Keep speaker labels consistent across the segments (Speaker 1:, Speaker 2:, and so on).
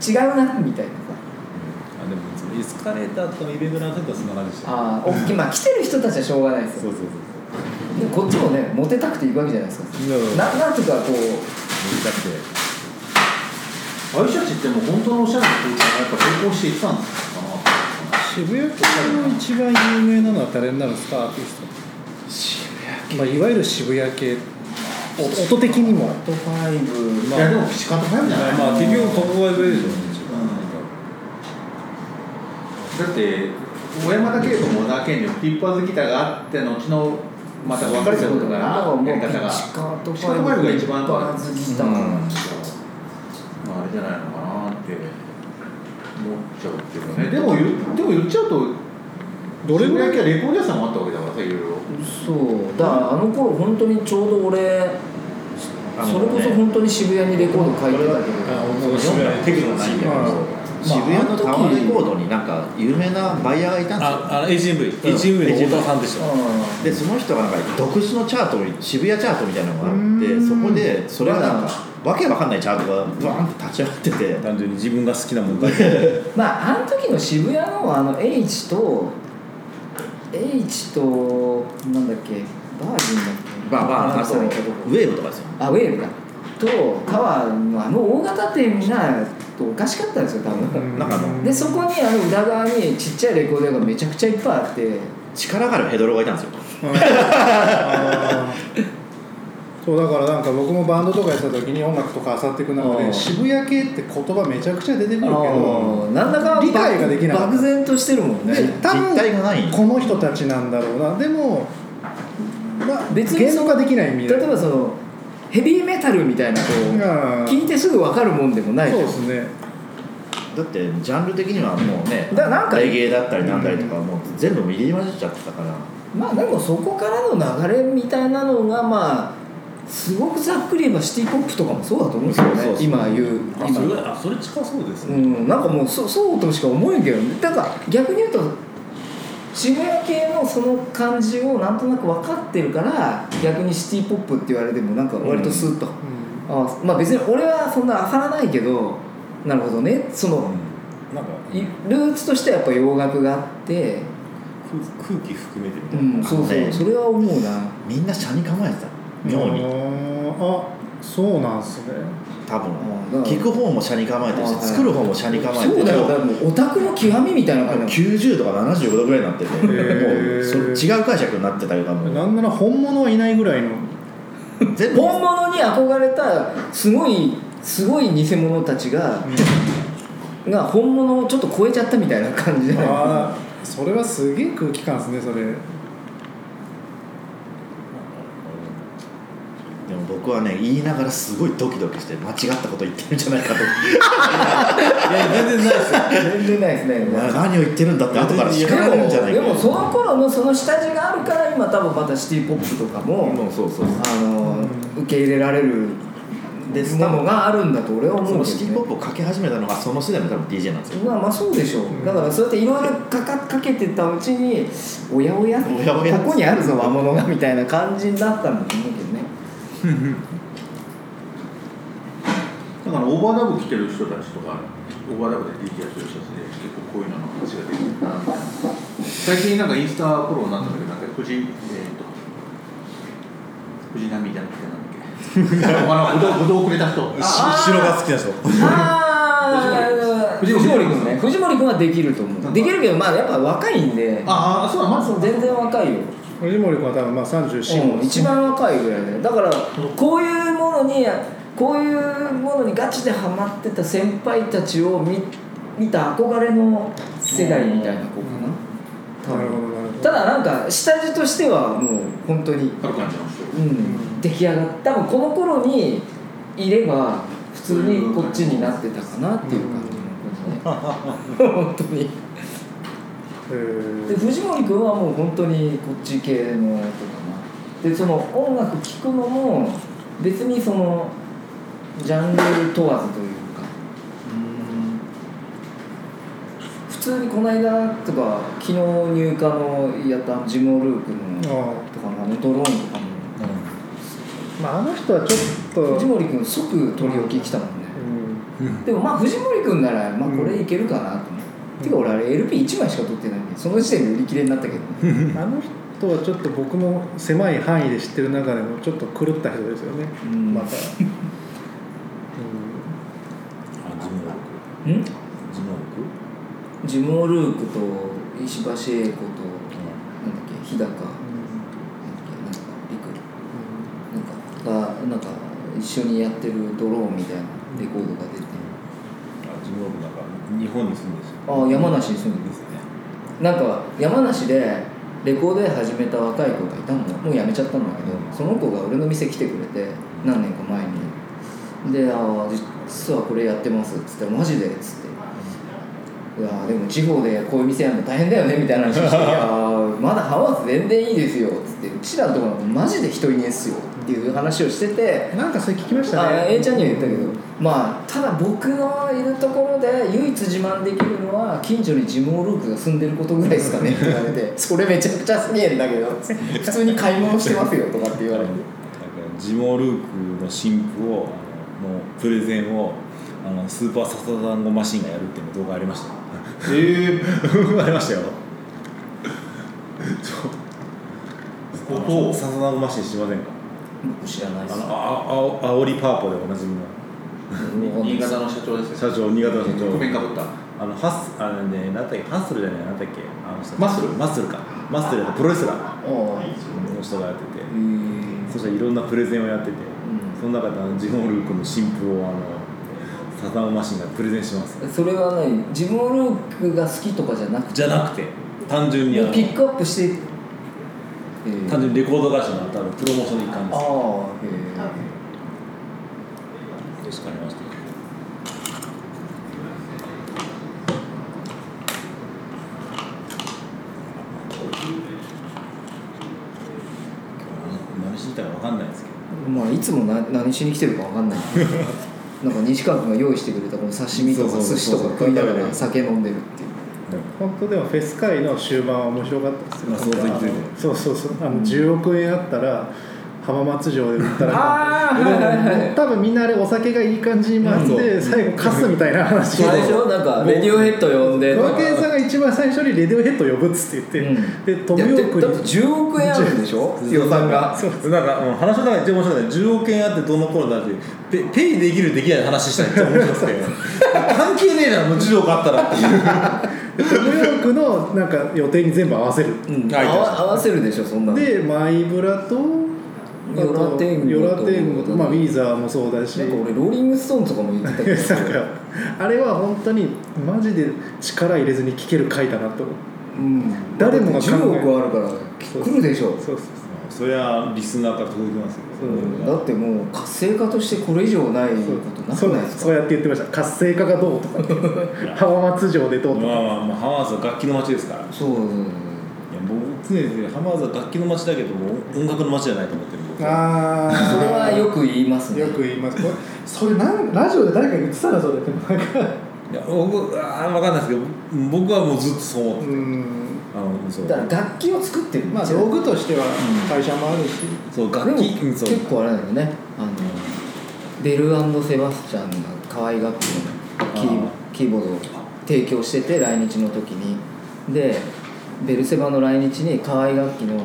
Speaker 1: 違うなみたいなさ
Speaker 2: あでもいつもエスカレーターとかのイベントの後とはそんな感じでした
Speaker 1: あーおっきいまあ来てる人たちはしょうがないです
Speaker 2: そ
Speaker 1: よ
Speaker 2: うそうそう
Speaker 1: でこっちもねモテたくて行くわけじゃないですか
Speaker 2: そうなるほど
Speaker 1: ななんとかこ
Speaker 2: だって
Speaker 3: ああいう人たちってもう本当のおしゃれな空間がやっぱ並行していったんですか
Speaker 2: 渋谷系の一番有名なのは誰になるんですかアーティストまあ、いわゆる渋谷系お音的にも
Speaker 1: うトファイブ
Speaker 2: まあ
Speaker 3: いやでも仕方ないんじゃない
Speaker 2: まあ結局ここが上でしょ
Speaker 3: だって小山田圭吾も小田健にピッパーズギターがあって後のまた別れちゃうことか
Speaker 1: だから
Speaker 3: ら
Speaker 1: もうピ
Speaker 3: やり
Speaker 1: ッ
Speaker 3: 方が
Speaker 1: チカート
Speaker 3: ピッチカートファイブが一番
Speaker 1: バーズギターなんですよ
Speaker 3: まあ、あれじゃないのかなって思っちゃうけどねでも言でも言っちゃうと
Speaker 2: どれぐらい
Speaker 3: 渋谷系はレコード屋さんもあったわけだからさいろいろ
Speaker 1: そうだからあの頃本当にちょうど俺
Speaker 3: あの
Speaker 1: それこそ本当に渋谷にレコード書いてたけど
Speaker 4: もう渋谷テクノないんだけど、
Speaker 2: まあ
Speaker 4: 渋谷のタワーレコードになんか有名なバイヤーがいたんですよ
Speaker 2: ああの AGMV、AGMV の太田さんでした
Speaker 1: う
Speaker 4: でその人がなんか独自のチャート渋谷チャートみたいなのがあってそこでそれがなんかわけわかんないチャートがブワーンって立ち上がってて
Speaker 2: 単純に自分が好きなもんだけ
Speaker 1: んまああの時の渋谷のあの H と H となんだっけバージンだっけ
Speaker 4: バーバー
Speaker 1: なん
Speaker 4: あ
Speaker 1: か
Speaker 4: と
Speaker 1: そう
Speaker 4: ウ
Speaker 1: だけ
Speaker 4: ェ
Speaker 1: ど
Speaker 4: ーブとかですよ
Speaker 1: あウェーブかとタワーのあの大型店がおかしかったんですよ多分
Speaker 4: なんかあの
Speaker 1: でそこにあの裏側にちっちゃいレコード屋がめちゃくちゃいっぱいあって
Speaker 4: 力があるヘドロがいたんですよ
Speaker 5: あーそうだからなんか僕もバンドとかやってた時に音楽とか漁っていく中
Speaker 1: う
Speaker 5: で
Speaker 1: ん
Speaker 5: 渋谷系って言葉めちゃくちゃ出てくるけど
Speaker 1: あーなんだか
Speaker 5: 理解ができない
Speaker 1: 漠然としてるもんね
Speaker 5: で多
Speaker 4: 実体がない
Speaker 5: 分この人たちなんだろうなでも、まあ、
Speaker 1: 別に
Speaker 5: 言語化できないみ
Speaker 1: 例
Speaker 5: たい
Speaker 1: えばそのヘビーメタルみたいなこう
Speaker 5: なうん
Speaker 1: 聞いてすぐ分かるもんでもない
Speaker 5: そう
Speaker 1: じゃん
Speaker 5: ですね
Speaker 4: だってジャンル的にはもうね
Speaker 1: だなんか
Speaker 4: レゲエだったりなんだりとかもう全部入り混じっちゃってたから
Speaker 1: まあでもそこからの流れみたいなのがまあすごくざっくり言えばシティ・ポップとかもそうだと思うんですよね
Speaker 4: そうそうそう
Speaker 1: 今言う
Speaker 2: ど
Speaker 1: 今
Speaker 2: あそれ近そうです
Speaker 1: うん、なんかもうそそうとしか思えんけどねだから逆に言うと渋谷系のその感じをなんとなく分かってるから逆にシティ・ポップって言われてもなんか割とスーッと、あまあ別に俺はそんな浅らないけどなるほどねその
Speaker 2: なんか
Speaker 1: いルーツとしてはやっぱ洋楽があって、
Speaker 2: 空空気含めてみたいな、
Speaker 1: うん、そう
Speaker 4: あの
Speaker 1: そう
Speaker 4: ね
Speaker 1: それは思うな
Speaker 4: みんな車に構えてた
Speaker 5: うん
Speaker 4: 妙に
Speaker 5: あーあそうなんすね
Speaker 4: 多分
Speaker 1: あだから
Speaker 4: 聞く方も車に構えてるし
Speaker 1: あ
Speaker 4: 作る方も車に構えて
Speaker 1: そう
Speaker 4: る
Speaker 1: だよだ
Speaker 4: し
Speaker 1: からもうオタクの極みみたいな感じ
Speaker 4: 90とか75度ぐらいになってても
Speaker 5: へ
Speaker 4: う
Speaker 5: ー
Speaker 4: そ違う解釈になってたよ多分
Speaker 5: なんなら本物はいないぐらいの
Speaker 4: 全部
Speaker 1: 本物に憧れたすごいすごい偽物たちが、が本物をちょっと超えちゃったみたいな感じじゃない
Speaker 5: ああそれはすげえ空気感ですねそれ
Speaker 4: でも僕はね言いながらすごいドキドキして間違ったこと言ってるんじゃないか
Speaker 2: い
Speaker 4: と
Speaker 2: や全然ないですよ
Speaker 1: 全然ないですね
Speaker 4: お前何を言ってるんだって後から
Speaker 2: い
Speaker 4: 叱
Speaker 2: や
Speaker 1: で
Speaker 4: られるんじゃな
Speaker 1: も
Speaker 4: い
Speaker 1: で
Speaker 4: か
Speaker 1: もその頃のその下地があるから今多分またシティ・ポップとかも、
Speaker 4: もうそうそうそう
Speaker 1: あの受け入れられる
Speaker 4: で
Speaker 1: ものがあるんだと俺は
Speaker 4: そ
Speaker 1: 思う
Speaker 4: の
Speaker 1: け
Speaker 4: シテ
Speaker 1: ど
Speaker 4: ィ・
Speaker 1: ね
Speaker 4: ポップをかけ始めたのがその世代の多分 DJ なんですよ
Speaker 1: まあまあそうでしょう、だからそうやっていろいろかかかけてたうちにおやおや
Speaker 4: おやおや
Speaker 1: ここにあるぞ和物がみたいな感じになったんだと思うけどね
Speaker 3: だからオーバーダブ着てる人たちとかオーバーダブで DJ やってる人たちで結構こういうのの話ができるなみたいな最近なんかインスタフォローになったんだけどなんか藤井えー、っと藤波じゃなくてなんだっけあのぶどうぶどうくれた人
Speaker 2: し白が好きな人
Speaker 1: あー
Speaker 3: 藤森君
Speaker 1: ね藤森君はできると思うできるけどまあやっぱ若いんで
Speaker 3: ああそうだまず
Speaker 1: 全然若いよ、
Speaker 5: 藤森君は多分まあ
Speaker 1: うん、
Speaker 5: 34
Speaker 1: 一番若いぐらいでだからこういうものにこういうものにガチでハマってた先輩たちを見見た憧れの世代みたいな子かな多
Speaker 5: なるほどなる
Speaker 1: 分
Speaker 5: ほ
Speaker 1: た
Speaker 5: ど
Speaker 1: だなんか下地としてはもう本当に、
Speaker 3: 軽くなっちゃいましたよ
Speaker 1: うん、出来上がった多分この頃にいれば普通にこっちになってたかなっていう感じの子だね 本当に
Speaker 5: へ
Speaker 1: で
Speaker 5: ー
Speaker 1: 藤森君はもう本当にこっち系の子かなでその音楽聴くのも別にそのジャンル問わずというか普通にこの間とか昨日入荷のやったジモルークの
Speaker 5: あ
Speaker 1: とかのあのドローンとかも
Speaker 5: あまああの人はちょっと、
Speaker 1: 藤森君即取り置き来たもんね
Speaker 5: うん
Speaker 1: でもまあ藤森君ならまあこれいけるかなと思って、てか俺あれ LP1 枚しか取ってないんでその時点で売り切れになったけど、ね、
Speaker 5: あの人はちょっと僕の狭い範囲で知ってる中でもちょっと狂った人ですよね、
Speaker 1: うん
Speaker 5: また、
Speaker 4: ジムワー
Speaker 1: ん
Speaker 4: クジムワーク
Speaker 1: ジモルークと石橋英子となんだっけ日高なんだっけなんかリクなんかがなんか一緒にやってるドローンみたいなレコードが出て
Speaker 4: あジムワークなんか日本に住んでるし
Speaker 1: ああ山梨に住んでる
Speaker 4: ですね
Speaker 1: なんか山梨でレコード屋始めた若い子がいたのもう辞めちゃったんだけどその子が俺の店来てくれて何年か前にで「ああ実はこれやってます」っつったら「マジで」っつって「いやーでも地方でこういう店やるの大変だよね」みたいな話 して「いやーまだ浜松全然いいですよ」っつって「うちらのところマジで人いねえっすよ」っていう話をしてて
Speaker 5: なんかそれ聞きました
Speaker 1: あ
Speaker 5: ね
Speaker 1: A ちゃんには言ったけど、まあ、ただ僕のいるところで唯一自慢できるのは近所にジム・オルークが住んでることぐらいですかねって言われ てそれめちゃくちゃすげえんだけど普通に買い物してますよとかって言われて
Speaker 4: なんかジモルークの新婦をあののプレゼンをあのスーパーササダンゴマシンがやるっていうの動画ありましたよ
Speaker 3: ええ
Speaker 4: ありましたよ
Speaker 3: 音を
Speaker 4: ササダンゴマシン知りませんか
Speaker 1: 僕知らないで
Speaker 4: あ
Speaker 1: す
Speaker 4: のあああおりパーポでおなじみの
Speaker 3: 新潟の社長です
Speaker 4: 社長新潟の社長
Speaker 3: ごめんかぶった
Speaker 4: あのハスあのねなんだっけハッスルじゃないなんだっけあの人
Speaker 3: マッスル
Speaker 4: マッスルかマッスルやったプロレスラー
Speaker 1: ああ
Speaker 4: の人がやってて
Speaker 1: えーうん
Speaker 4: そしたらいろんなプレゼンをやっててその中であのジモルークの新婦をあのササダンゴマシンがプレゼンします
Speaker 1: それは何ジム・オルークが好きとかじゃなく
Speaker 4: じゃなくて単純に
Speaker 1: て
Speaker 4: あ
Speaker 1: もう
Speaker 4: の
Speaker 1: ピックアップして、えー
Speaker 4: 単純にレコード会社の多分プロモーションの一環
Speaker 1: あ
Speaker 4: で
Speaker 1: あへ
Speaker 4: す確かにました今日何何しに行ったか分かんないですけど
Speaker 1: えまあいつもな何しに来てるかわかんないけどなんか西川君が用意してくれたこの刺身とか
Speaker 4: そうそうそう
Speaker 1: 寿司とか食いながら酒飲んでるっていう
Speaker 5: 本当でもフェス会の終盤は面白かったですよ
Speaker 4: まあ想像について
Speaker 5: そうそうそうあの10億円あったら浜松城で売ったら
Speaker 1: あーはいはいはい
Speaker 5: 多分みんなあれお酒がいい感じに回って最後カスみたいな話
Speaker 1: そうでしょなんかレディオヘッド呼んでと
Speaker 5: 小
Speaker 1: か
Speaker 5: 池さんが一番最初にレディオヘッド呼ぶっつって言って、で富岡
Speaker 1: だって
Speaker 5: に
Speaker 1: 10億円あるんでしょ予算が
Speaker 5: そう
Speaker 4: なんか、うん、話の中で一番面白いのは10億円あってどうのこうのだってペペイできるできない話したらめっちゃ面白く て関係ねえじゃんもう10億あったらっていう
Speaker 5: 富岡のなんか予定に全部合わせる
Speaker 1: うん
Speaker 4: はい
Speaker 1: 合わ合わせるでしょそんなの
Speaker 5: でマイブラとあと
Speaker 1: ヨラテンゴと
Speaker 5: ヨラテンゴとまあウィーザーもそうだし
Speaker 1: なんか俺ローリングストーンズとかも言ってたけど
Speaker 5: なんかあれは本当にマジで力入れずに聴ける回だなと思う
Speaker 1: うん
Speaker 5: 誰もが考え
Speaker 1: 10億あるから
Speaker 5: そう
Speaker 1: 来るでしょ
Speaker 5: そうそう
Speaker 4: そりゃリスナーから届きますよ、
Speaker 5: そう
Speaker 1: うんだってもう活性化としてこれ以上ないこ
Speaker 5: そう
Speaker 1: とな
Speaker 5: そう
Speaker 1: く
Speaker 5: な
Speaker 1: ない
Speaker 5: ん
Speaker 1: で
Speaker 5: ですす
Speaker 1: か
Speaker 5: そうやって言ってました活性化がどうとかって 浜松城でどうとか、
Speaker 4: まあまあ、もう浜松は楽器の街ですからいや
Speaker 1: そう
Speaker 4: 僕常々浜松は楽器の街だけども音楽の街じゃないと思ってる僕は
Speaker 5: あ
Speaker 1: それはよく言いますね
Speaker 5: よく言いますこれそれなんラジオで誰か言ってたらそれってなんか
Speaker 4: いや僕あ分かんないですけど僕はもうずっとそう
Speaker 5: う
Speaker 4: 思って
Speaker 5: ん
Speaker 4: あのそう
Speaker 1: だから楽器を作ってるん
Speaker 5: まあ
Speaker 1: ですよ
Speaker 5: 道具としては会社もあるし、
Speaker 4: そう楽器
Speaker 1: でも
Speaker 4: そう
Speaker 1: 結構あれなんだよねあのベルセバスチャンが可愛がってるキー
Speaker 4: あ
Speaker 1: キーボードを提供してて来日の時にでベルセバの来日に河合楽器の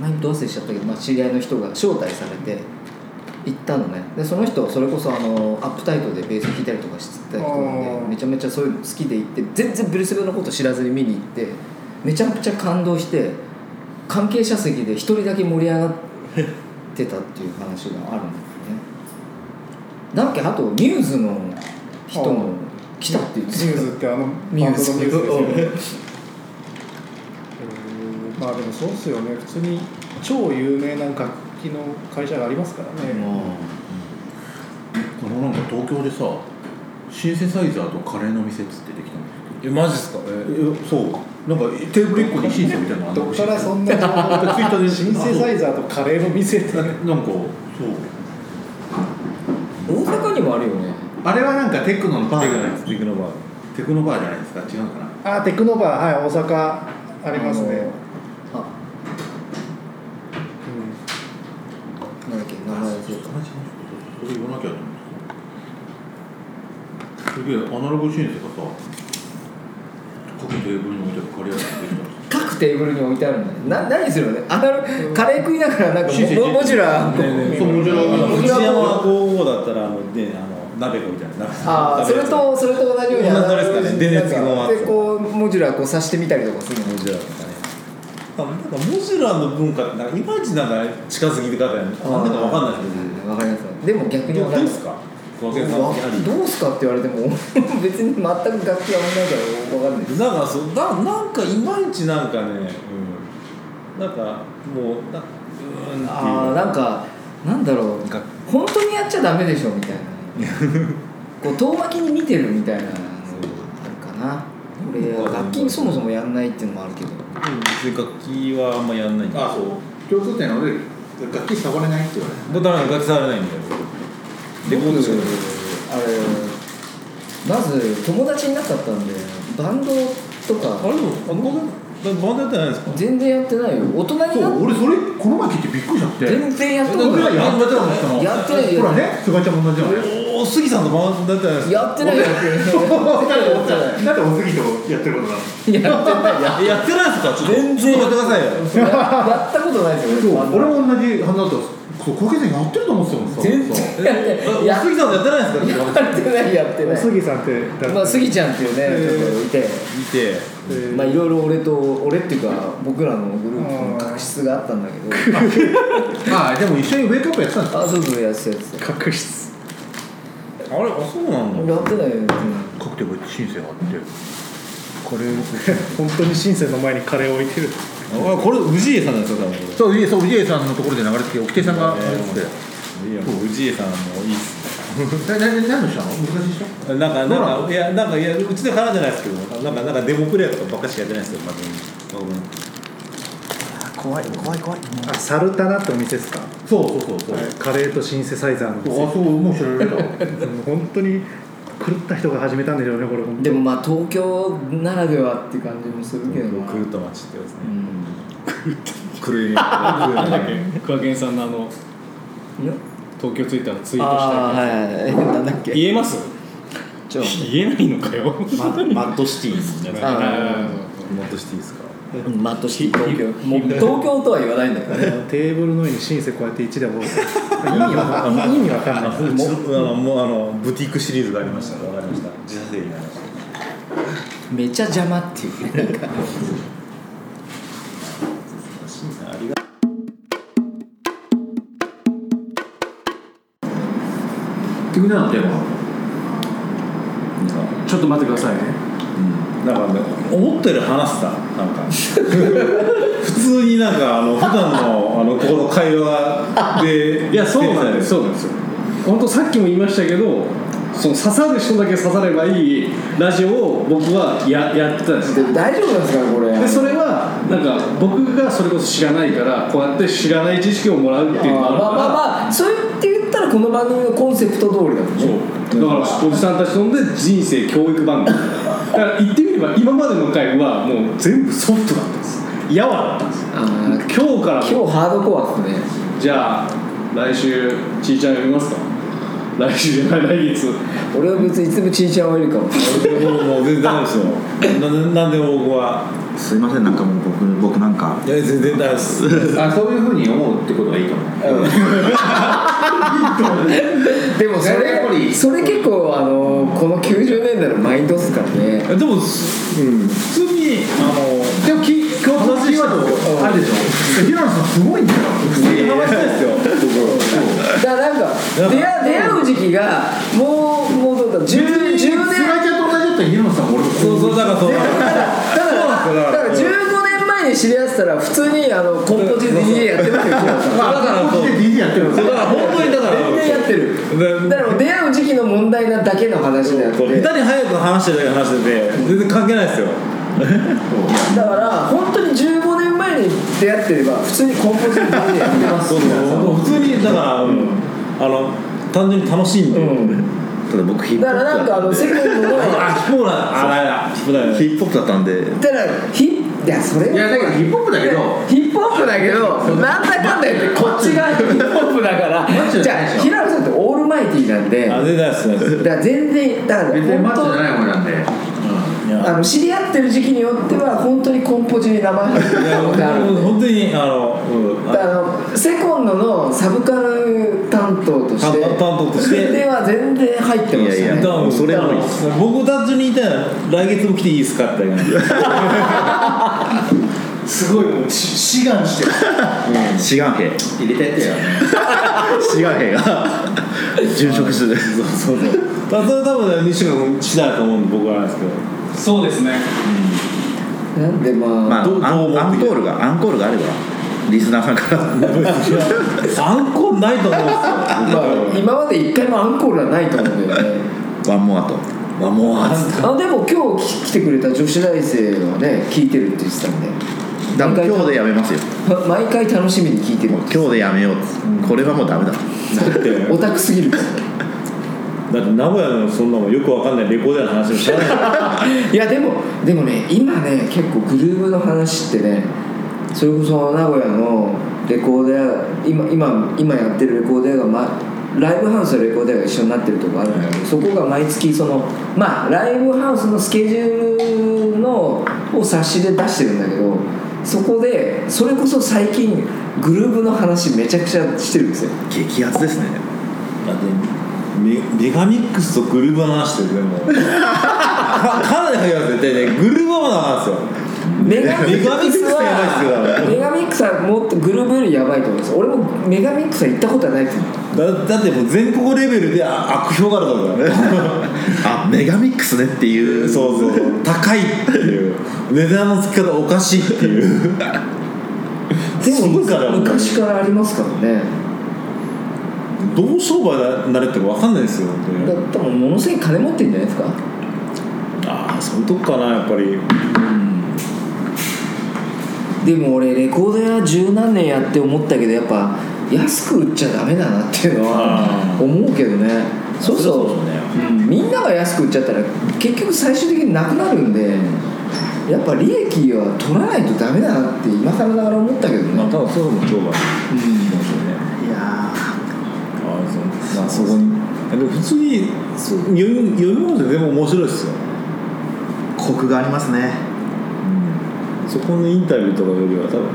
Speaker 1: 名前どうせしちゃったけど、まあ、知り合いの人が招待されて行ったのねでその人それこそあのアップタイトでベース弾いたりとかしてた人なん
Speaker 5: あ
Speaker 1: で
Speaker 5: ー
Speaker 1: めちゃめちゃそういうの好きで行って全然ベルセバのこと知らずに見に行ってめちゃくちゃ感動して関係者席で一人だけ盛り上がってたっていう話があるんだよねだっけあとミューズの人も来たって言ってた
Speaker 5: ミューズってあの
Speaker 1: ミューズ
Speaker 5: バンドのミューズですよねうんまあでもそうっすよね普通に超有名な楽器の会社がありますからね、
Speaker 3: このなんか東京でさシンセサイザーとカレーの店っつってできたんだ
Speaker 4: えマジっすか、えー
Speaker 3: よえそうなんかテーブル一個にシンセみたいなのあんの
Speaker 5: どっからそんな情報
Speaker 3: ツイッター
Speaker 5: が
Speaker 3: で
Speaker 5: シンセサイザーとカレーの店って
Speaker 3: なんかそう
Speaker 1: 大阪にもあるよね
Speaker 3: あれはなんかテクノのバー
Speaker 4: テ
Speaker 3: じ
Speaker 4: ク
Speaker 3: ゃない
Speaker 4: ノ
Speaker 3: で
Speaker 4: バ
Speaker 3: す
Speaker 4: ーテクノバ
Speaker 3: テクノバー
Speaker 4: ー
Speaker 3: じゃないですか違うかな
Speaker 5: あテクノバーはい大阪ありますね、
Speaker 1: あのあなんだっけ名前忘れ
Speaker 3: これ言わなきゃと思って
Speaker 1: た
Speaker 3: すげえアナログシンセがさ各テーブルに置いてあるカレー屋さんできたんです
Speaker 1: 各テーブルに置いてあるんだよな何するのねあのカレー食いながらなんかモモジュラ
Speaker 3: そうモジュラ
Speaker 4: あの
Speaker 3: ー
Speaker 4: 内山五号だったらあのねあの鍋子みたいな鍋子
Speaker 1: ああそれとそれと同じように
Speaker 4: 同じドレスだね電熱の
Speaker 1: なんかでこうモジュラこう刺してみたりとかするの
Speaker 4: モジュラとかねあなんかモジュラの文化ってなんかいまいちなんか近づき方やねなんだかわかんない
Speaker 1: うんわかりますでも逆
Speaker 4: け
Speaker 1: に
Speaker 4: ど
Speaker 1: わか
Speaker 4: ど
Speaker 1: り
Speaker 4: う
Speaker 1: ま
Speaker 4: ですすか
Speaker 1: ど
Speaker 4: 小
Speaker 1: う
Speaker 4: 川さんやは
Speaker 1: すかって言われても 別に全く楽器はないからわかんない
Speaker 4: りなんかそうななんかいまいちなんかね、うん、なんかもうなうーんっていう
Speaker 1: ああなんかなんだろう
Speaker 4: なんか
Speaker 1: 本当にやっちゃダメでしょみたいなこう遠巻きに見てるみたいなのがあるかな俺は楽器にそもそもやんないっていうのもあるけど
Speaker 4: うん別に楽器はあんまやんないんだ
Speaker 3: あそう共通点なので楽器触れないって言われ
Speaker 4: 僕だから楽器触れないんだよレコードしかない
Speaker 1: あれまず友達いなかったんでバンドと
Speaker 4: あ
Speaker 1: か
Speaker 4: れでもあのバンドやってないんですか
Speaker 1: 全然やってないよ大人にな
Speaker 3: たそ
Speaker 1: っ
Speaker 3: う俺それこの前聞いてびっくりしちゃって
Speaker 1: て全然やったこと
Speaker 3: 俺
Speaker 1: な
Speaker 3: ら
Speaker 1: い
Speaker 3: やってたのその
Speaker 1: やってない
Speaker 3: ほらね菅井ちゃんも同じじゃない
Speaker 4: おお杉さんとバンドやってないんですか
Speaker 1: やってないよ やってない
Speaker 3: なんでおすぎとやってることなの
Speaker 1: やってないや
Speaker 4: えやってないんですかちょっと
Speaker 1: 全然
Speaker 4: ちょっと待ってくださいよ
Speaker 1: ややったことないです
Speaker 3: そ
Speaker 1: よ
Speaker 3: う
Speaker 1: バンド
Speaker 3: 俺も同じ反応だったそう小池さんやってると思ってたもんさ
Speaker 1: 全然
Speaker 4: ええ
Speaker 1: や
Speaker 4: お杉さんとやってないんですか
Speaker 1: やってないやって
Speaker 5: お
Speaker 1: ない
Speaker 5: 杉さんってだって
Speaker 1: まあスギちゃんっていうねちょっといて
Speaker 4: 見て
Speaker 5: えー
Speaker 1: まあいろいろ俺と俺っていうか僕らのグループの確執があったんだけど
Speaker 3: ああでも一緒にウェイクアップやってたんですか
Speaker 1: あそうそうやってたやつ
Speaker 5: 確執
Speaker 4: あれあそうなんだ
Speaker 1: やってないよやってない
Speaker 3: カクテル申請があって
Speaker 5: これ本当にシンセの前にカレーを置いてる
Speaker 4: あこれ氏家さんですか多分こ
Speaker 3: そうそう氏家さんのところで流れてきて沖手さんがあれっつって
Speaker 4: れいやもう氏家さんもいいっす
Speaker 3: なな何のしたの難しい人
Speaker 4: ねなんか
Speaker 3: どうな
Speaker 4: なんかいやなんかいやうちのからじゃないですけどなんかなんかデモプレイヤーとかばっかしかやってないんですよ多分
Speaker 1: 怖い怖い怖い
Speaker 5: あサルタナってお店ですか
Speaker 3: そうそうそうそう、
Speaker 5: カレーとシンセサイザーの
Speaker 3: そ
Speaker 5: 店
Speaker 3: うあそうもう 知られた
Speaker 5: うん本当に狂った人が始めたんでしょうねこれ本当に
Speaker 1: でもまあ東京ならではって感じもするけどな
Speaker 4: 狂った街ってやつ
Speaker 1: うん
Speaker 4: ね狂い目なんだっけ
Speaker 6: クワゲンさんのあの
Speaker 1: よ
Speaker 6: 東京着いたらツイートした
Speaker 1: ああ
Speaker 6: り
Speaker 1: はいはい なんだっけ
Speaker 6: 言えます
Speaker 1: ちょっと待っ
Speaker 6: 言えないのかよ
Speaker 4: ママッドシティですね
Speaker 1: あ
Speaker 4: マッドシティですか
Speaker 1: てうんマットシティ東京もう東京とは言わないんだからね
Speaker 5: テーブルの上にシンセこうやって1で置 いてる意味わかんない意味わかん
Speaker 4: あ
Speaker 5: な
Speaker 4: の
Speaker 5: い
Speaker 4: うちのあのもうあのブティックシリーズがありましたわかりました自社製品がありました
Speaker 1: めちゃ邪魔っていうなんか
Speaker 4: シンさんありが
Speaker 6: ってくれなんだよちょっと待ってくださいね
Speaker 4: うんなんかね思ったより話したなんか 普通になんかあの普段のあのここの会話で
Speaker 6: いやそうなんです
Speaker 4: す
Speaker 6: そうなんですよ本当さっきも言いましたけどその刺さる人だけ刺さればいいラジオを僕はややってたんです
Speaker 1: で大丈夫なんですかねこれ
Speaker 6: でそれはなんか僕がそれこそ知らないからこうやって知らない知識をもらうっていうの
Speaker 1: まあ
Speaker 6: がある
Speaker 1: まあ
Speaker 6: から
Speaker 1: まあそう言って言ったらこの番組のコンセプト通りだもんね
Speaker 6: そうだからおじさんたちとんで人生教育番組だから言ってみれば今までの回はもう全部ソフトだったんですやわだったんです
Speaker 1: あー
Speaker 6: 今日から
Speaker 1: 今日ハードコアっすね
Speaker 6: じゃあ来週ちいちゃん読みますか来週じゃない来月
Speaker 1: 俺は別にいつでもちいちゃんはいるかも
Speaker 4: もうもう全然大丈夫ですよななんでも僕は
Speaker 7: すいませんなんかもう僕僕なんか
Speaker 4: いや全然大丈夫です
Speaker 3: あそういうふうに思うってことがいいと思う
Speaker 1: でもそ
Speaker 3: やっぱ
Speaker 1: れ
Speaker 3: り
Speaker 1: それ結構あのこの90年代のマインドっすからね
Speaker 4: でも、すうん、普通にあの
Speaker 3: でもき共通キーワードあるでしょ平野さんすごいんだよ
Speaker 4: 普通に話したいですよ
Speaker 1: だからなんか出会出会う時期がもうもうどうだ 10, 10
Speaker 3: 菅井ち
Speaker 1: 年
Speaker 3: ゃんと同じだったら平野さん俺
Speaker 4: そうそうだからそう
Speaker 1: ただた
Speaker 4: そう
Speaker 1: だ
Speaker 4: なんですよだ
Speaker 1: だか
Speaker 4: から
Speaker 1: ら15年前に知り合ってたら普通にあのコンポジ DJ やってますよ
Speaker 4: まあだからそう
Speaker 3: こっちで DJ やってるんです
Speaker 4: そうだから本当にだから
Speaker 1: 全然やってる
Speaker 4: で
Speaker 1: だから出会う時期の問題なだけの話であっ
Speaker 4: 下手
Speaker 1: て
Speaker 4: に早く話してるだけの話で全然関係ないですよ
Speaker 1: だから本当に15年前に出会ってれば普通にコンポジ DJ やってます
Speaker 4: そうそう普通にだから、うんあの単純に楽しいんで、
Speaker 1: うん
Speaker 7: ただ僕ヒップ
Speaker 1: だ
Speaker 7: ホ
Speaker 1: か
Speaker 7: ッ
Speaker 1: らな
Speaker 7: プ
Speaker 1: んかあの世間のものは
Speaker 4: あヒップホーだあらやヒップだよ
Speaker 7: ヒップホップだったんで
Speaker 1: だからヒッいやそれ
Speaker 3: いやだけどヒップホップだけど
Speaker 1: ヒップホップだけどなんだかんだ言ってこっちがヒップホップだから
Speaker 3: チじ
Speaker 1: じ
Speaker 3: ゃない
Speaker 1: ゃ
Speaker 3: で
Speaker 1: あ
Speaker 3: しょ
Speaker 1: 平野さんってオールマイティーなんで
Speaker 4: あ、
Speaker 1: だ
Speaker 4: でないです、ないです。
Speaker 1: から全然だから
Speaker 3: 別にマ
Speaker 1: 本
Speaker 3: ッチ
Speaker 1: 当
Speaker 3: じゃない方なんで、
Speaker 4: い
Speaker 1: あ
Speaker 4: や、
Speaker 1: の知り合ってる時期によっては本当にコンポジに名前入って
Speaker 4: いや
Speaker 1: ることあるんで
Speaker 4: 本当に、あの、うん
Speaker 1: だからあのセコンドのサブカル担当として
Speaker 4: 担担当として
Speaker 1: では全然入ってましたね
Speaker 7: いやいや
Speaker 4: だから
Speaker 7: それは多いです
Speaker 4: だから僕単純に言いたいのは来月も来ていいですかって感じ
Speaker 5: すごいもうし志願してる
Speaker 7: 志願兵
Speaker 3: 入れたいってよね。
Speaker 7: 志願兵が殉職する
Speaker 4: そうそうだからそれ多分西村君次第だと思うんで僕はあれですけど
Speaker 6: そうですね
Speaker 1: なんでまあ、
Speaker 7: まあ
Speaker 4: どう
Speaker 7: ア
Speaker 4: どう思う
Speaker 7: ンアンコールがアンコールがあればリスナーさんから
Speaker 4: アンコールないと思うんで
Speaker 1: ま
Speaker 4: すよ
Speaker 1: あ今まで一回もアンコールはないと思うんだよね
Speaker 7: ワンモアとワンモアっつって
Speaker 1: あでも今日き来てくれた女子大生はね聞いてるって言ってたんで
Speaker 7: 多分今日でやめますよ
Speaker 1: ま毎回楽しみに聞いてるって
Speaker 7: 今日でやめようっつってこれはもうダメだ
Speaker 4: だ
Speaker 1: オタクすぎるから
Speaker 4: ってだって名古屋のそんなもんよくわかんないレコーダーの話も知らないから
Speaker 1: いやでもでもね今ね結構グルーヴの話ってねそれこそ名古屋のレコード屋今今今やってるレコード屋が、ま、ライブハウスとレコード屋が一緒になってるとこあるんだけどそこが毎月そのまあライブハウスのスケジュールのを冊子で出してるんだけどそこでそれこそ最近グルーヴの話めちゃくちゃしてるんですよ
Speaker 7: 激アツですね
Speaker 4: だってメメガミックスとグルーヴの話してるもう かかなり早いです絶対ねグルーヴの話なんですよ
Speaker 1: メガミ
Speaker 4: メ
Speaker 1: ッ
Speaker 4: ガミッ
Speaker 1: ク
Speaker 4: ク
Speaker 1: ス
Speaker 4: スはやばいっすよだ
Speaker 1: は
Speaker 4: から
Speaker 1: メガミックスはもっとグルーヴよりやばいと思います俺もメガミックスは行ったことはないです
Speaker 4: だだってもう全国レベルであ悪評があると思うからね
Speaker 7: あメガミックスねっていう
Speaker 4: そうそう高いっていう値段の付き方おかしいっていう
Speaker 1: でも
Speaker 4: すごいからもう
Speaker 1: 昔からありますからね
Speaker 4: どう商売になれってるか分かんないですよ本当に
Speaker 1: だ多分ものすごい金持ってるんじゃないですか
Speaker 4: ああそういうとこかなやっぱり
Speaker 1: でも俺レコード屋十何年やって思ったけどやっぱ安く売っちゃダメだなっていうのは
Speaker 4: あー
Speaker 1: 思うけどねそうそう
Speaker 4: そりゃそうだよね
Speaker 1: うんみんなが安く売っちゃったら結局最終的になくなるんでやっぱ利益は取らないとダメだなって今更ながら思ったけど
Speaker 4: まあ
Speaker 1: ね
Speaker 4: 多分そういうのも
Speaker 1: う
Speaker 4: 商売
Speaker 1: ん
Speaker 4: ね
Speaker 7: いや
Speaker 4: ああそうまあそこにでも普通にそう読み読み物ででも面白いですよ、
Speaker 7: ーコクがありますね
Speaker 4: そこのインタビューとかよりは多分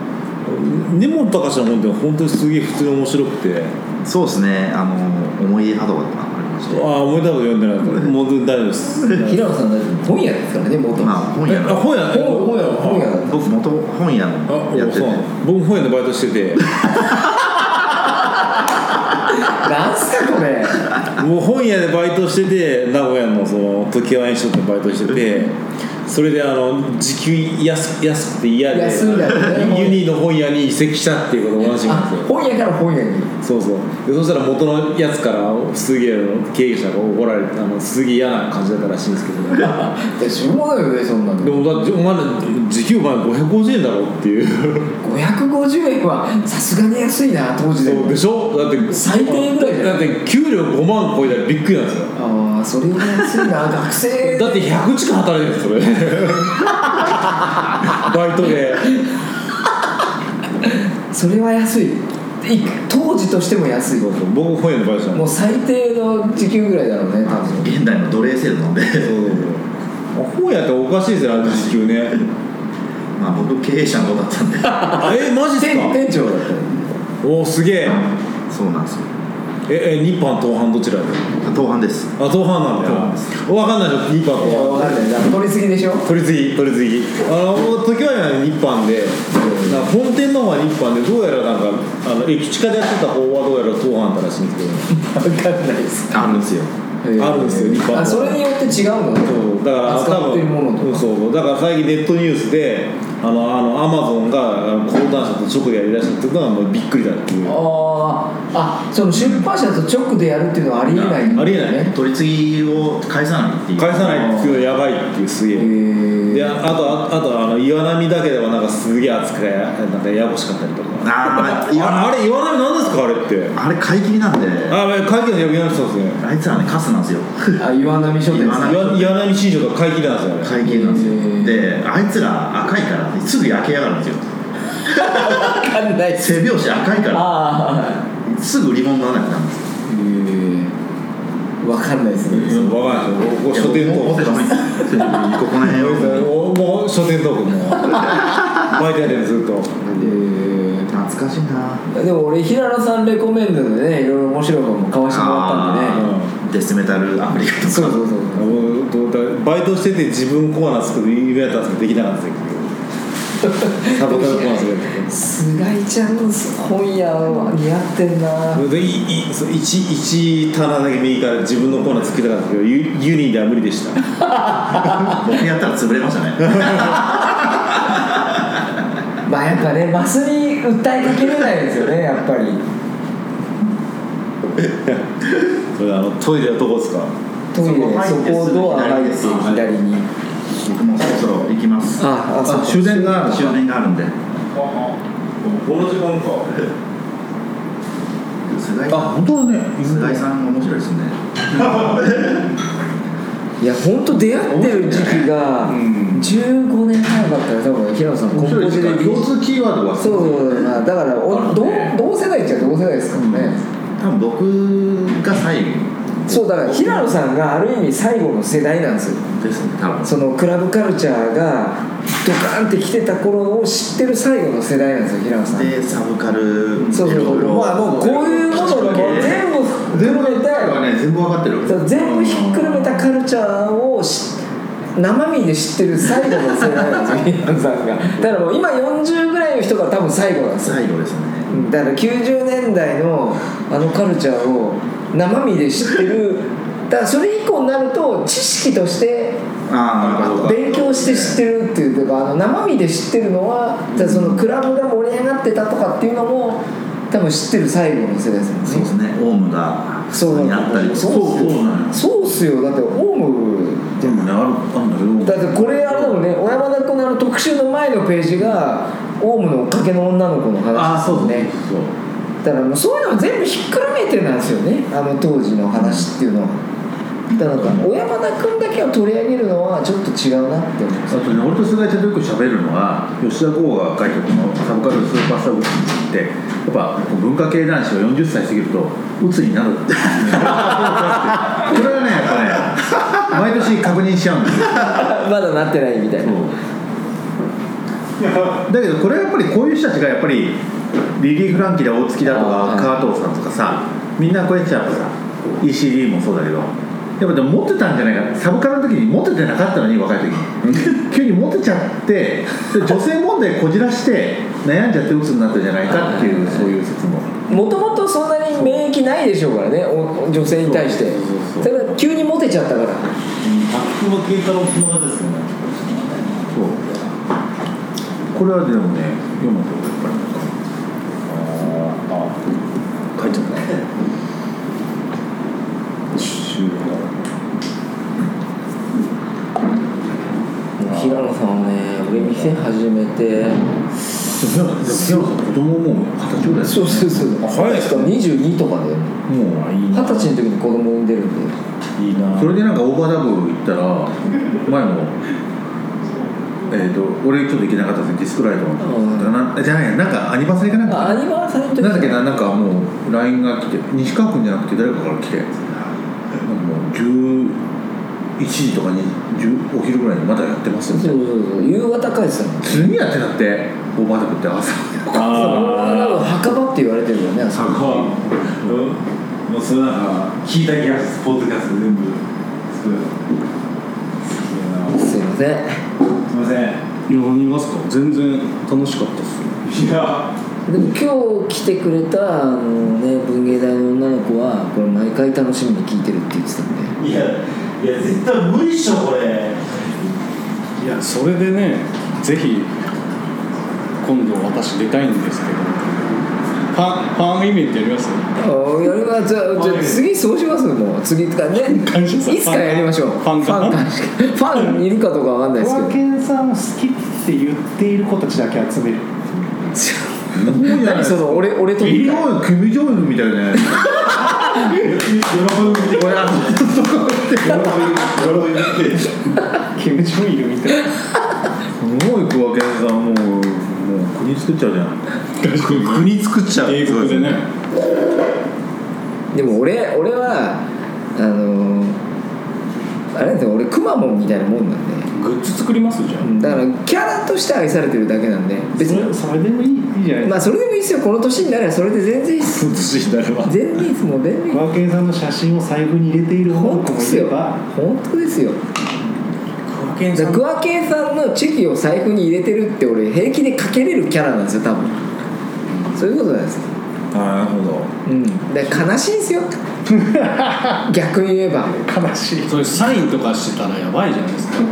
Speaker 4: 根本隆の本って本当にすげえ普通に面白くて
Speaker 7: そうですねあの思い出波動がありまして
Speaker 4: ああ思いたいこと読んでないともう大丈夫です
Speaker 1: 平野さんだって本屋ですからね元
Speaker 7: まあ本屋
Speaker 4: あ
Speaker 7: の
Speaker 4: 本屋
Speaker 1: 本本屋本屋だった
Speaker 7: 僕元本屋
Speaker 4: あ
Speaker 7: のや
Speaker 4: お
Speaker 7: って
Speaker 4: そ
Speaker 7: て
Speaker 4: う僕も本屋でバイトしてて
Speaker 1: なんすかこ れ
Speaker 4: もう本屋でバイトしてて名古屋のその時計ワインショップでバイトしててそれであの時給安安くて嫌で
Speaker 1: 安いんだよね
Speaker 4: ユニの本屋に移籍したっていうこと同じなん
Speaker 1: あ
Speaker 4: ですよ
Speaker 1: 本屋から本屋に
Speaker 4: そうそうでそしたら元のやつからすげえ経営者が怒られてあのすげえ嫌な感じだったらしいんですけど で
Speaker 1: いやしょうがないよねそんなの
Speaker 4: もだってお前ら時給前550円だろっていう
Speaker 1: 550円はさすがに安いな当時で
Speaker 4: そう
Speaker 1: も
Speaker 4: でしょだって
Speaker 1: 最低ぐらいじゃ
Speaker 4: だ
Speaker 1: ん
Speaker 4: って給料5万超えたらびっくりなんですよ
Speaker 1: ああそれは安 いな学生
Speaker 4: だって100時間働いてるんです よそれバイトで
Speaker 1: それは安いい当時としても安い
Speaker 4: そうそう僕本屋のバイトしたん
Speaker 1: もう最低の時給ぐらいだろうね多分
Speaker 7: 現代の奴隷制度なんで
Speaker 4: そうそうそう本屋っておかしいですよあの時給ね
Speaker 7: まあ僕経営者の方だったんで
Speaker 4: えマジっすか
Speaker 1: 店店長だったよ
Speaker 4: おおすげえ
Speaker 7: そうなんですよ
Speaker 4: ええ日版東版どちらで
Speaker 7: 当半です
Speaker 4: あ、東半なんだよ。わかんないでしょ、ニッパ
Speaker 1: いや
Speaker 4: ー
Speaker 1: わ
Speaker 4: と。
Speaker 1: かんないだから取りすぎでしょ
Speaker 4: 取り次ぎ、取り次ぎ。あの、時はや日版で、なんか本店の方は日版で、どうやらなんか、あの、駅地下でやってた方はどうやら東半だらしいんですけど、
Speaker 1: わかんないです
Speaker 7: あるんですよ
Speaker 4: あるんですよ日本は
Speaker 1: あそれによって違うのね
Speaker 4: そうだから
Speaker 1: 扱ってるものと
Speaker 4: うん
Speaker 1: か
Speaker 4: そうそうだから最近ネットニュースであのあのアマゾンがあの講談社と直でやりだしたっていうのはもうびっくりだっていうあ
Speaker 1: あああその出版社と直でやるっていうのはありえないんだ
Speaker 4: りえないね
Speaker 7: 取り次ぎを返さないっていう
Speaker 4: 返さないっていうのやばいっていうすげえ
Speaker 1: へ
Speaker 4: で
Speaker 1: え
Speaker 4: ああとああとあの岩波だけではなんかすげえ扱いなんかやぼしかったりとか
Speaker 7: あーいや
Speaker 4: ああれ岩波なんですかあれって
Speaker 7: あれ買い切りなんであ
Speaker 4: あれ会計の役になってたんですね
Speaker 7: いつらねカスなんですよ
Speaker 1: あ岩波書店
Speaker 7: 岩波
Speaker 4: 岩岩波新庄と会計なんですよあれ
Speaker 7: 会計な
Speaker 1: へ
Speaker 7: んですよであいつら赤いからすぐ焼けやがるんですよ
Speaker 1: わかんない
Speaker 7: 背拍子赤いから
Speaker 1: ああ
Speaker 7: すぐ売り物にならなくなるんですよ
Speaker 1: わかんないですね
Speaker 4: 分かんないですよおお書店ト
Speaker 7: 持って
Speaker 4: ー
Speaker 7: た方がいいですよここの辺
Speaker 4: ク
Speaker 7: を
Speaker 4: おもう書店トークも う毎回でもずっと
Speaker 7: 懐かしいな
Speaker 1: でも俺平野さんレコメンドでねいろいろ面白いことも買わしてもらったんでね
Speaker 7: デスメタルアフリカと
Speaker 1: そうそうそう
Speaker 4: うんどうだバイトしてて自分コーナー作る夢やったんですけどできなかったんですよサボタルコーナー作る
Speaker 1: 菅井ちゃんの本屋は似合ってんな
Speaker 4: でいいそう一一棚だけ右から自分のコーナー作りたかったけどユユニでは無理でした
Speaker 7: か僕やったら潰れましたね
Speaker 1: まあやっぱねマスに訴えかけれないですよねやっぱり
Speaker 4: それあのトイレはどこですか
Speaker 1: トイレ
Speaker 7: そこ入
Speaker 1: そ
Speaker 7: って
Speaker 1: こをドアが入ってすぐ左に
Speaker 7: 僕もそろそろ行きます
Speaker 1: ああそう
Speaker 4: 終電がある
Speaker 7: 終電があるんで
Speaker 4: この時間か
Speaker 7: 菅井
Speaker 4: あ
Speaker 7: さ
Speaker 4: 本当だね
Speaker 7: ん菅井さん面白いですね
Speaker 1: いや本当出会ってる時期が15年前だったら多分平野さん高校
Speaker 3: 面白
Speaker 1: 生
Speaker 3: いです
Speaker 1: で
Speaker 3: か共通キーワードは
Speaker 1: そうそうそうまあだからお同同世代っちゃ同世代ですからね、
Speaker 7: 多分僕が最後
Speaker 1: そうだから平野さんがある意味最後の世代なんですよ
Speaker 7: ですね多分
Speaker 1: そのクラブカルチャーがドカーンって来てた頃を知ってる最後の世代なんですよ平野さん
Speaker 7: でサブカル
Speaker 1: そうそうそうまあもうこういうものがもう全部
Speaker 3: 全部
Speaker 1: 含め
Speaker 3: 答えは
Speaker 1: た
Speaker 3: ね全部分かってる
Speaker 1: そう全部ひっくるめたカルチャーをし生身で知ってる最後の世代なんですよ平野さんがだからもう今40ぐらいの人が多分最後なんですよ
Speaker 7: 最後ですね
Speaker 1: だから90年代のあのカルチャーを生身で知ってるだからそれ以降になると知識として
Speaker 7: ああ
Speaker 1: 勉強して知ってるっていうかあの生身で知ってるのはだからそのクラブが盛り上がってたとかっていうのも多分知ってる最後の世代ですもんね
Speaker 7: そうですねオウムが
Speaker 1: そう
Speaker 7: にあったりとか
Speaker 1: そう
Speaker 3: そうなん
Speaker 1: そうっすよだってオウム
Speaker 3: でもねあるあるんだ
Speaker 1: だ
Speaker 3: け
Speaker 1: っ
Speaker 3: ど
Speaker 1: てこれあれだもんね小山田君のあの特集の前のページがオウムの追っかけの女の子の話ですよね
Speaker 3: そう
Speaker 1: だからもうそういうのを全部ひっくるめてなんですよねあの当時の話っていうのはだからなんか小山田君だけを取り上げるのはちょっと違うなって思います
Speaker 3: あとね、俺と菅井ちゃんとよく喋るのは吉田剛が書いたこの「サブカルスーパーサブスク」ってやっぱこう文化系男子は40歳過ぎると鬱になるってこれはねやっぱね毎年確認しちゃうんですよ
Speaker 1: まだなってないみたいな
Speaker 3: だけどこれはやっぱりこういう人たちがやっぱりリリー・フランキーだ大月だと
Speaker 1: あーは
Speaker 3: か
Speaker 1: い
Speaker 3: 川藤さんとかさみんなこうやっちゃうとさ ECD もそうだけどやっぱでも持ってたんじゃないかなサブカルの時に持っててなかったのに若い時に急に持ってちゃってで女性問題こじらして悩んじゃって鬱になったんじゃないかっていうそういう説も
Speaker 1: もともとそんなに免疫ないでしょうからねお女性に対してただ急にモテちゃったから
Speaker 4: 白馬慶太郎つながりですよね
Speaker 3: これはでもね読むとやっぱりなんか
Speaker 4: 書いちゃった終
Speaker 1: 平野さんはね俺店始めて
Speaker 3: でもでも子供もう二十歳ぐらいです
Speaker 1: そ
Speaker 3: よ
Speaker 1: うそうそう
Speaker 4: あ早いっすね
Speaker 1: 22とかで
Speaker 3: もういい
Speaker 1: 二十歳の時に子供産んでるんで
Speaker 4: いいな
Speaker 3: それでなんかオーバーダブ行ったら前もえっ、と俺ちょっと行けなかったですねディスクライドだなじゃないやなんかアニバーサリーかなん
Speaker 1: あ
Speaker 3: か
Speaker 1: アニバーサリーの時
Speaker 3: なんだっけななんかもう LINE が来て西川君じゃなくて誰かから来てなんかもう11時とかに10お昼ぐらいにまだやってます
Speaker 1: そう
Speaker 3: みた
Speaker 1: そ
Speaker 3: いうな
Speaker 1: そう夕方帰ってたの
Speaker 3: 次やってたってオーバーダブって朝
Speaker 1: あ墓場って言われてるよねあそこ
Speaker 4: もうそれなんか聞いた気がするポッドキャスト全部作る好きだな
Speaker 1: すいません
Speaker 4: すいません
Speaker 6: いや見ますか全然楽しかったっす
Speaker 4: いや
Speaker 1: でも今日来てくれたあの、ね、文芸大の女の子はこれ毎回楽しみに聞いてるって言ってたんで
Speaker 4: いやいや絶対無理っしょこれ
Speaker 6: いやそれでねぜひ今度私出たいんですけどファンファンイベントやります
Speaker 1: あやりまじゃあじゃあ次そうしますもう次とかね
Speaker 6: 感謝祭
Speaker 1: いつかやりましょう
Speaker 6: ファン
Speaker 1: フ
Speaker 6: か
Speaker 1: ァン感謝ファンいるかどうかわかんないですけ
Speaker 5: 小
Speaker 1: ど
Speaker 5: 分健さんを好きって言っている子たちだけ集める
Speaker 1: 何その俺俺と
Speaker 3: キム・ジ
Speaker 1: か
Speaker 3: ョンウンキム・ジョンウンみたいなね
Speaker 4: これあの
Speaker 5: ケム・ジョンイルみたいな
Speaker 3: すごい桑健さんもうもう国作っちゃうじゃん
Speaker 7: 国作っちゃう
Speaker 4: 英
Speaker 7: すごい
Speaker 4: 国
Speaker 7: す
Speaker 4: で
Speaker 7: ね
Speaker 4: ね
Speaker 1: でも俺俺はあのーあれなんですよ俺くまモンみたいなもんなんで
Speaker 4: グッズ作りますじゃ
Speaker 1: うんんだからキャラとして愛されてるだけなんで別に
Speaker 5: それでもいいいいじゃないです
Speaker 1: まあそれでもいいですよこの年になればそれで全然いいっす
Speaker 7: しなれば
Speaker 1: 全然いいっすもう全然いい
Speaker 5: か。ワーケンさんの写真を財布に入れている女の
Speaker 1: 本
Speaker 5: 子
Speaker 1: 当で
Speaker 5: もい
Speaker 1: す
Speaker 5: れ
Speaker 1: よ
Speaker 5: ば、
Speaker 1: 本当ですよ
Speaker 8: クワケン
Speaker 1: だ
Speaker 8: さ
Speaker 1: か
Speaker 8: ん
Speaker 1: らクワケンさんのチェキを財布に入れてるって俺平気でかけれるキャラなんですよ多分そういうことなんですよ
Speaker 7: ああなるほど
Speaker 1: うんだから悲しいです よ逆に言えば
Speaker 5: 悲しい。
Speaker 4: それサインとかしてたらやばいじゃないですか
Speaker 1: は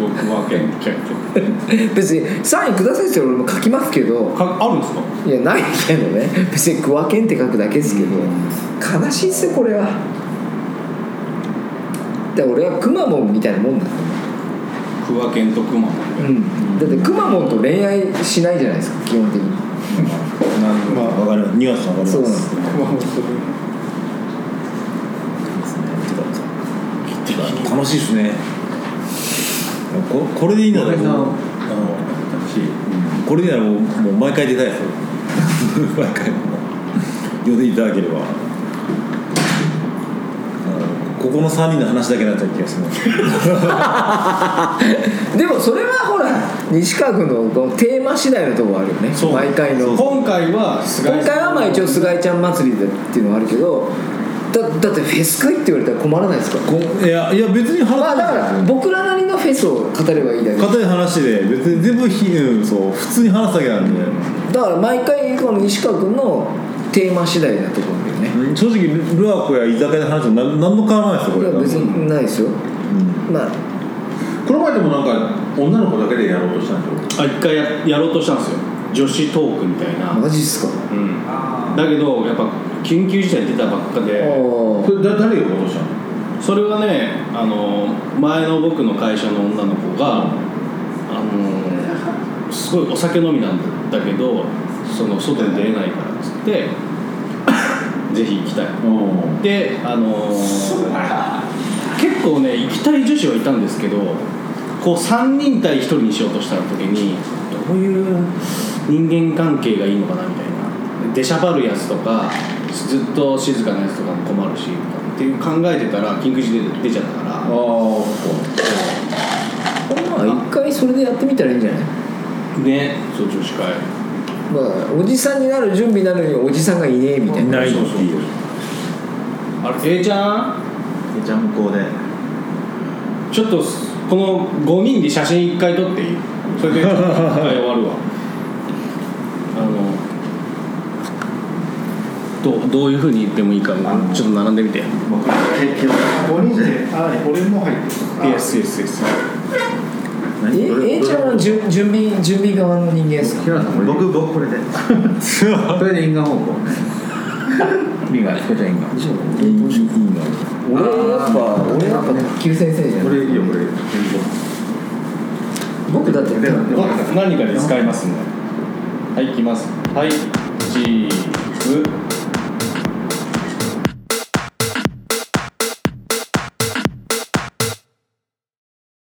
Speaker 4: 僕は結構
Speaker 1: い別にサインくださいって言ったら俺も書きますけど
Speaker 4: かあるんですか
Speaker 1: いやないけどね 別に「クワケン」って書くだけですけど悲しいっすよこれはだから俺はくまモンみたいなもんなんだ
Speaker 4: クワケンとクマ
Speaker 1: うんだってくまモンと恋愛しないじゃないですか基本的に
Speaker 7: なるほどわかるニュアンスわかります
Speaker 1: そうなんです
Speaker 7: 楽しいですねここれでいいならもうあのこれでいいならもうもう毎回出たいです 毎回もう呼んでいただければあのここの3人の話だけになっちゃう気がしまする
Speaker 1: でもそれはほら西川君のこのテーマ次第のとこあるよね
Speaker 7: そう
Speaker 1: 毎回の今
Speaker 4: 今回は菅井
Speaker 1: 回はまあ一応菅井ちゃん祭りでっていうのはあるけどだだってフェス会って言われたら困らないですか
Speaker 7: こいやいや別に話
Speaker 1: まあだから僕らなりのフェスを語ればいいだけで
Speaker 7: 硬い話で別に全部ひ、うん、そう普通に話すだけなんで、
Speaker 1: だから毎回この西川君のテーマ次第なところだよね
Speaker 7: うん正直ルルアコや居酒屋で話しても何何の変わらないですよこ
Speaker 1: い
Speaker 7: れ
Speaker 1: や別にないですよまあ
Speaker 3: この前でもなんか女の子だけでやろうとしたんでしょ
Speaker 4: あ一回ややろうとしたんですよ女子トークみたいな、
Speaker 1: マジっすか
Speaker 4: うん、だけどやっぱ緊急事態出たばっか
Speaker 1: あ
Speaker 4: で
Speaker 1: あ
Speaker 3: それだ誰が落としたの
Speaker 4: それはねあの前の僕の会社の女の子があのすごいお酒飲みなんだけどその外に出れないからっつ ってぜひ行きたいであの結構ね行きたい女子はいたんですけどこう3人対1人にしようとした時にどういう人間関係がいいのかなみたいな出しゃばるやつとかずっと静かなやつとかも困るしっていう考えてたら緊急事態で出ちゃったから
Speaker 1: まあ一回それでやってみたらいいんじゃない
Speaker 4: ねそう女子会
Speaker 1: まあおじさんになる準備なのにおじさんがいねえみたいな
Speaker 7: ないっていう
Speaker 4: あれ A ちゃん
Speaker 7: じゃあ向こうで
Speaker 4: ちょっとこの5人で写真1回撮っていいそれではい終わるわあのどうどういうふうに言ってもいいかちょっと並んでみて
Speaker 5: 五人で、あ、俺も入ってる。
Speaker 4: Yes yes yes
Speaker 1: え A ちゃんはじゅ準備準備側の人間ですか
Speaker 3: 平野さんこれ
Speaker 7: 僕僕これで
Speaker 3: それで因果報告因果こちゃ因果
Speaker 7: いいいいの
Speaker 1: 俺やっぱ俺やっぱ卓球先生じゃ
Speaker 3: こ
Speaker 1: ん
Speaker 3: れいいよこれ
Speaker 1: 僕だって
Speaker 3: でもでも
Speaker 4: 何かで使いますねはい行きますはいチーズ